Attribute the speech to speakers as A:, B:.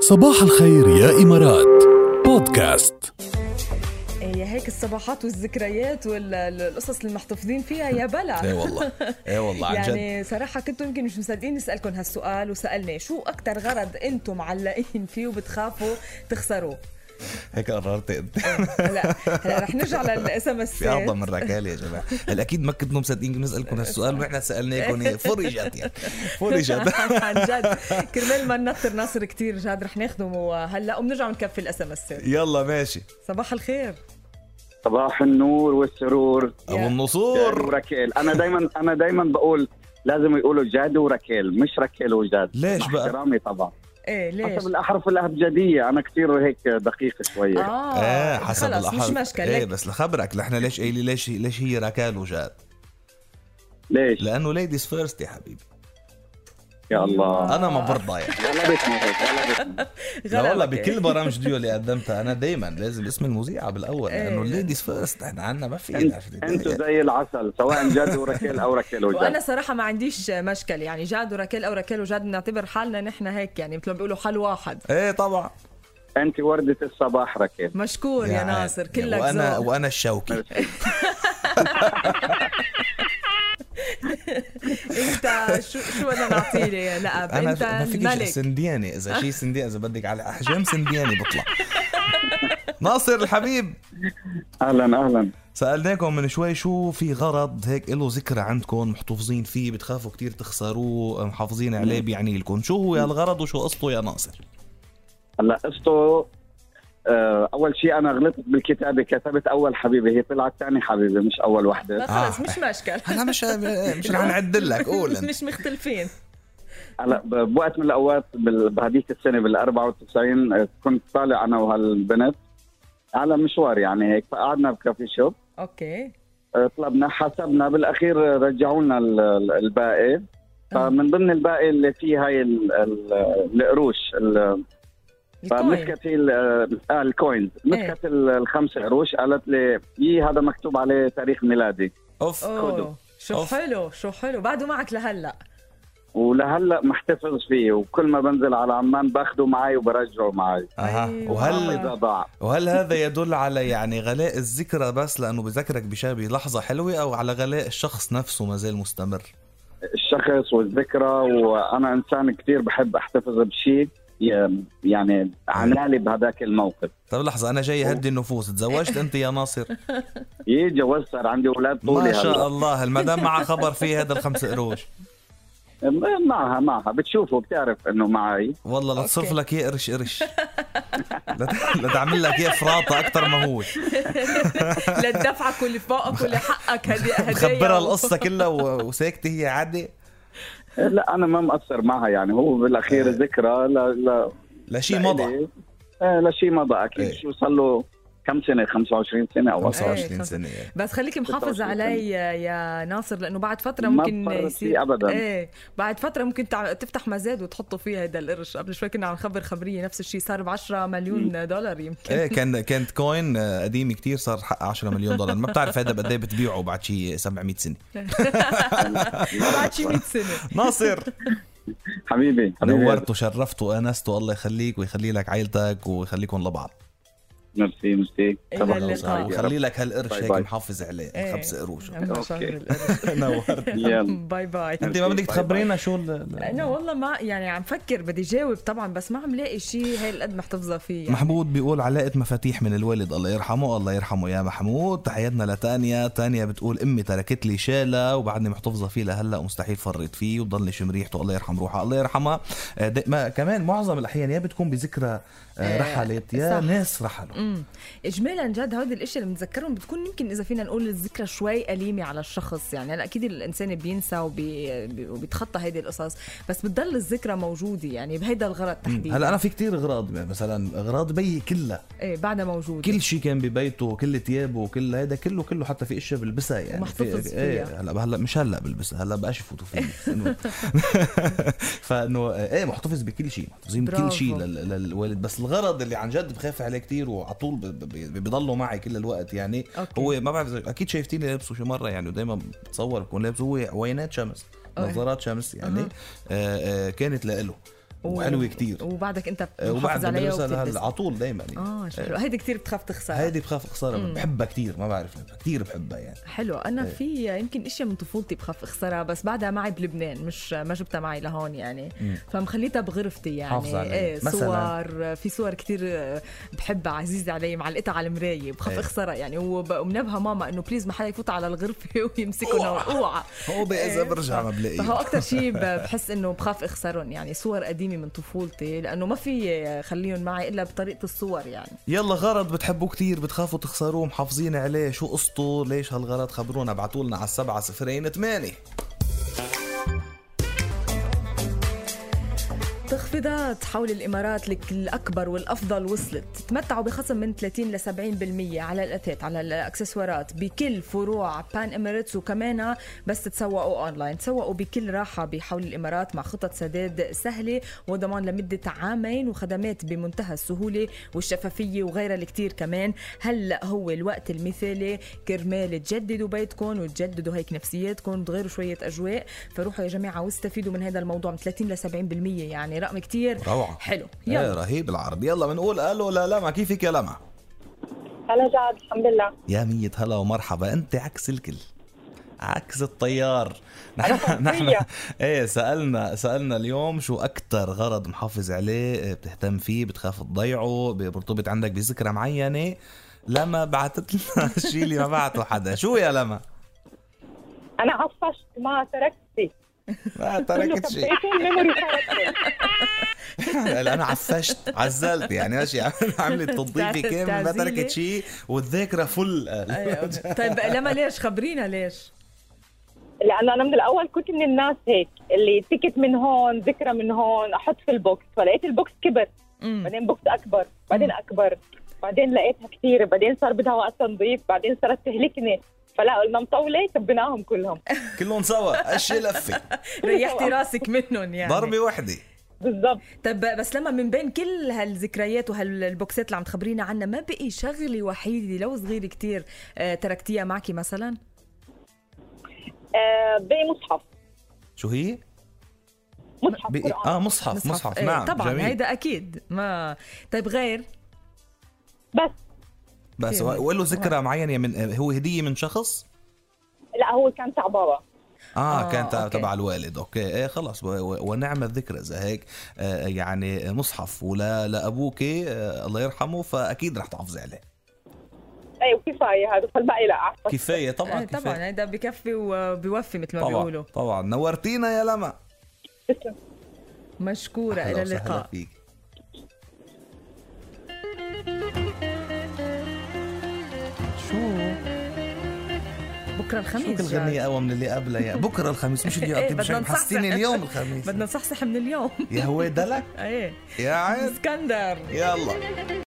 A: صباح الخير يا إمارات بودكاست
B: يا إيه، هيك الصباحات والذكريات والقصص اللي محتفظين فيها يا
C: ايه
B: بلا
C: والله ايه والله عن جد
B: يعني صراحة كنتوا يمكن مش مصدقين نسألكم هالسؤال وسألنا شو أكتر غرض أنتم معلقين فيه وبتخافوا تخسروه
C: هيك إيه قررت انت
B: هلا هلا رح نرجع للاس ام اس
C: في اعظم من ركال يا جماعه هلا اكيد ما كنتم مصدقين نسالكم هالسؤال ونحن سالناكم إياه. فرجت يعني فرجت
B: عن جد كرمال ما ننطر ناصر كتير جاد رح ناخده هلا وبنرجع بنكفي الاس ام اس
C: يلا ماشي
B: صباح الخير
D: صباح النور والسرور
C: ابو
B: يا-
D: جاد
C: النصور
D: وركيل انا دائما انا دائما بقول لازم يقولوا جاد وركيل مش ركيل وجاد
C: ليش
D: مع
C: بقى؟
D: احترامي طبعا
B: ايه ليش؟
D: حسب الاحرف الابجديه انا كثير هيك دقيق شويه
B: آه.
C: ايه حسب
B: خلص
C: الأحرف.
B: مش مشكل
C: ايه
B: لك
C: بس لخبرك نحن ليش قايلين ليش ليش هي ركال وجاد
D: ليش
C: لانه ليديز فيرست يا حبيبي
D: يا الله
C: انا ما برضى يعني
D: غلبتني هيك غلبتني
C: لا والله
B: آه. غلبك.
C: بكل برامج ديو اللي قدمتها انا دائما لازم اسم المذيعه بالاول
B: إيه.
C: لانه ليديز فيرست نحن عنا ما في
D: أنت- انتوا زي العسل سواء جاد وركيل او ركيل
B: وانا
D: وجاد
B: صراحه ما عنديش مشكل يعني جاد وراكيل او راكيل وجاد بنعتبر حالنا نحن هيك يعني مثل ما بيقولوا حال واحد
C: ايه طبعا
D: انت ورده الصباح ركيل
B: مشكور يا,
C: عاد.
B: ناصر كلك
C: وانا
B: ذوق
C: وانا يعني الشوكي
B: انت شو شو بدنا نعطيه لا
C: انا
B: انت
C: ما فيكش
B: الملك
C: سندياني اذا شيء سندياني اذا بدك على احجام سندياني بطلع ناصر الحبيب
D: اهلا اهلا
C: سالناكم من شوي شو في غرض هيك له ذكرى عندكم محتفظين فيه بتخافوا كتير تخسروه محافظين عليه بيعني لكم شو هو هالغرض وشو قصته يا ناصر
D: هلا قصته آه، اول شيء انا غلطت بالكتابه كتبت اول حبيبه هي طلعت ثاني حبيبه مش اول وحده
B: لا خلص
C: آه.
B: مش مشكل
C: هلا مش مش رح نعد لك قول انت
B: مش مختلفين
D: هلا ب- بوقت من الاوقات بال- بهديك السنه بال 94 آه، كنت طالع انا وهالبنت على مشوار يعني هيك فقعدنا بكافي شوب
B: اوكي
D: آه، طلبنا حسبنا بالاخير آه، رجعوا لنا ال- ال- الباقي فمن ضمن الباقي اللي فيه هاي ال- ال- القروش ال-
B: الكوين
D: فمسكت هي ال- آه الكوينز مسكت ال- الخمس قروش قالت لي يي هذا مكتوب عليه تاريخ ميلادي
C: اوف
B: اوه شو
C: أوف.
B: حلو شو حلو بعده معك لهلا
D: ولهلا محتفظ فيه وكل ما بنزل على عمان باخده معي وبرجعه معي
C: اها
B: أيوة.
C: وهل
D: اذا ضاع
C: وهل هذا يدل على يعني غلاء الذكرى بس لانه بذكرك بشيء بلحظه حلوه او على غلاء الشخص نفسه ما زال مستمر
D: الشخص والذكرى وانا انسان كثير بحب احتفظ بشيء ي- يعني عنالي بهذاك الموقف
C: طب طيب لحظة أنا جاي أهدي النفوس تزوجت أنت يا ناصر
D: يي جوزت صار عندي اولاد طولي
C: ما شاء
D: هلا
C: الله المدام معها خبر في هذا الخمس قروش
D: م- معها معها بتشوفه بتعرف انه معي
C: والله لا تصرف
B: أوكي.
C: لك إيه قرش قرش لا ت- لا تعمل لك إيه فراطة أكثر ما هو
B: لا تدفعك واللي فوقك واللي حقك هدي هدايا
C: مخبرها القصة كلها و- وساكتة هي عادي
D: لا انا ما مقصر معها يعني هو بالاخير ذكرى لا لا
C: لا شيء آه. مضى
D: لإلي. آه، لا شيء مضى اكيد
C: إيه.
D: شو صار له كم سنه 25 سنه او
C: 25 سنة
B: بس خليك محافظ
D: 26
B: علي يا ناصر لانه بعد فتره
D: ما
B: ممكن
D: بفرط فيه أبداً.
B: ايه بعد فتره ممكن تع... تفتح مزاد وتحطه فيه هذا القرش قبل شوي كنا عم نخبر خبريه نفس الشيء صار ب 10 مليون دولار يمكن
C: ايه كان كانت كوين آه، قديم كتير صار حق 10 مليون دولار ما بتعرف هذا بقد ايه بتبيعه بعد شي 700 سنة
D: إيه.
B: بعد شي 100 سنه
C: ناصر
D: حبيبي حبيبي
C: نورت وشرفت وانست الله يخليك ويخلي لك عيلتك ويخليكم لبعض
D: ميرسي ميرسي
B: إلى
D: صباح
B: اللقاء.
D: الخير يا رب.
C: وخلي لك هالقرش
D: باي
C: هيك
D: باي.
C: محافظ عليه
B: إيه.
C: خمس قروش
B: عم شهر
D: أوكي.
B: القرش
C: نورت
D: يلا
B: باي باي
C: انت ما بدك
D: باي
C: تخبرينا شو ال-
B: انا والله ما يعني عم فكر بدي جاوب طبعا بس ما عم لاقي شيء هي القد محتفظه فيه يعني.
C: محمود بيقول علاقة مفاتيح من الوالد الله يرحمه الله يرحمه يا محمود تحياتنا لتانيا تانيا بتقول امي تركت لي شالة وبعدني محتفظة فيه لهلا ومستحيل فرط فيه وضلني شم ريحته الله يرحم روحها الله يرحمها آه، دي- ما كمان معظم الاحيان يا بتكون بذكرى آه،
B: آه،
C: رحلت يا
B: صح.
C: ناس رحلوا
B: امم اجمالا جد هودي الاشياء اللي بنتذكرهم بتكون يمكن اذا فينا نقول الذكرى شوي أليمة على الشخص يعني هلا اكيد الانسان بينسى وبي... بي- وبيتخطى هيدي القصص بس بتضل الذكرى موجوده يعني بهيدا الغرض تحديدا
C: هلا انا في كتير اغراض مثلا اغراض بي كلها
B: ايه بعدها موجوده
C: كل شيء كان ببيته كل ثيابه وكل هيدا كله كله حتى في اشياء بلبسها يعني
B: ومحتفظ
C: في- ايه
B: فيها.
C: هلا هلا مش هلا بلبسها هلا بقاش يفوتوا فيني فانه ايه محتفظ بكل شيء محتفظين بكل
B: برافو.
C: شيء لل- للوالد بس الغرض اللي عن جد بخاف عليه كثير وعلى طول ب- ب- ب- بضلوا معي كل الوقت يعني
B: أوكي.
C: هو ما بعرف إذا- اكيد شايفتيني لابسه شي مره يعني ودائما بتصور بكون لابسه هو عوينات شمس
B: أوكي.
C: نظارات شمس يعني آه آه كانت لإله وحلوه كثير
B: وبعدك انت
C: آه، وبعد
B: محافظ عليها
C: بدرسها هلا
B: وبتدرسها
C: على طول دائما يعني
B: اه شو حلو هيدي كثير بتخاف تخسرها
C: هيدي بخاف اخسرها بحبها كثير ما بعرف ليه كثير بحبها يعني
B: حلو انا في يمكن اشياء من طفولتي بخاف اخسرها بس بعدها معي بلبنان مش ما جبتها معي لهون يعني فمخليتها بغرفتي يعني
C: حافظة عليها.
B: ايه
C: مثلاً؟
B: صور في صور كتير آه، بحبها عزيزة علي معلقتها على المراية بخاف
C: إيه.
B: اخسرها يعني وب- ومنبهة ماما انه بليز ما حدا يفوت على الغرفة ويمسكهم اوعى
C: هو اذا برجع ما بلاقي
B: فهو اكثر شيء بحس انه بخاف اخسرهم يعني صور قديمة من طفولتي لانه ما في خليهم معي الا بطريقة الصور يعني
C: يلا غرض بتحبوه كتير بتخافوا تخسروه محافظين عليه شو قصته ليش هالغرض خبرونا ابعتوا لنا على السبعة صفرين ثمانية
B: تخفيضات حول الامارات لك- الاكبر والافضل وصلت تتمتعوا بخصم من 30 ل 70% على الاثاث على الاكسسوارات بكل فروع بان اميريتس وكمان بس تسوقوا اونلاين تسوقوا بكل راحه بحول الامارات مع خطط سداد سهله وضمان لمده عامين وخدمات بمنتهى السهوله والشفافيه وغيرها الكتير كمان هلا هو الوقت المثالي كرمال تجددوا بيتكم وتجددوا هيك نفسياتكم تغيروا شويه اجواء فروحوا يا جماعه واستفيدوا من هذا الموضوع من 30 ل 70% يعني رقم كتير
C: روعة إيه،
B: حلو
C: يا
B: يلا
C: رهيب العرض يلا بنقول الو للمع كيفك يا لمع
E: انا جاد الحمد لله
C: يا مية هلا ومرحبا انت عكس الكل عكس الطيار نحن نحن
E: حرفياً.
C: ايه سالنا سالنا اليوم شو اكثر غرض محافظ عليه آه، بتهتم فيه بتخاف تضيعه برتبط عندك بذكرى معينه لما بعثت لنا الشيء اللي ما بعته حدا شو يا لما
E: انا عطشت ما تركت شيء
C: ما
E: كله
C: تركت شيء
E: كفيت الميموري صارت
C: لا، انا عفشت عزلت يعني ماشي عملت تنظيفه
B: بتاعت
C: كامل ما
B: التعزيلة.
C: تركت شيء والذاكره فل
B: أيوة. طيب لما ليش خبرينا ليش
E: لانه انا من الاول كنت من الناس هيك اللي تكت من هون ذكرى من هون احط في البوكس فلقيت البوكس كبر
B: مم.
E: بعدين بوكس اكبر بعدين اكبر بعدين لقيتها كثير بعدين صار بدها وقت تنظيف بعدين صارت تهلكني فلا قلنا مطوله كبيناهم كلهم
C: كلهم سوا اشي لفه
B: ريحتي راسك منهم يعني
C: ضربه وحده
E: بالضبط
B: طب بس لما من بين كل هالذكريات وهالبوكسات اللي عم تخبرينا عنها ما بقي شغله وحيده لو صغيره كتير آه، تركتيها معك مثلا
E: آه بقي مصحف
C: شو هي؟
E: مصحف
C: بقي
E: قرآن
C: اه مصحف مصحف
B: إيه،
C: نعم
B: طبعا
C: جميل
B: هيدا اكيد ما طيب غير
E: بس
C: بس
B: يعني.
C: وله ذكرى معينه من هو هديه من شخص
E: لا هو كان تاع بابا
C: اه,
B: آه،
C: كان تبع-
B: أوكي.
C: تبع الوالد اوكي ايه خلص و- و- ونعم الذكرى اذا هيك آه يعني مصحف ولا لابوك آه الله يرحمه فاكيد رح تحافظي عليه
E: اي وكفايه هذا فالباقي لا أحفظ.
C: كفايه طبعا
B: آه، طبعا
C: كفايه
B: هيدا بكفي وبيوفي مثل ما
C: طبعا
B: بيقولوا
C: طبعا نورتينا يا لما
E: تسلم
B: مشكوره الى
C: أهلا وسهلا
B: اللقاء
C: فيك.
B: شو بكره
C: شو
B: الخميس
C: كل غنية
B: جاد.
C: قوى من اللي قبلها يا بكره الخميس مش اللي
B: إيه،
C: قبل مش
B: بدنا
C: عم
B: نصحصح.
C: حسيني اليوم الخميس
B: بدنا نصحصح من اليوم
C: يا هوي دلك
B: ايه
C: يا عين
B: إيه. اسكندر
C: يلا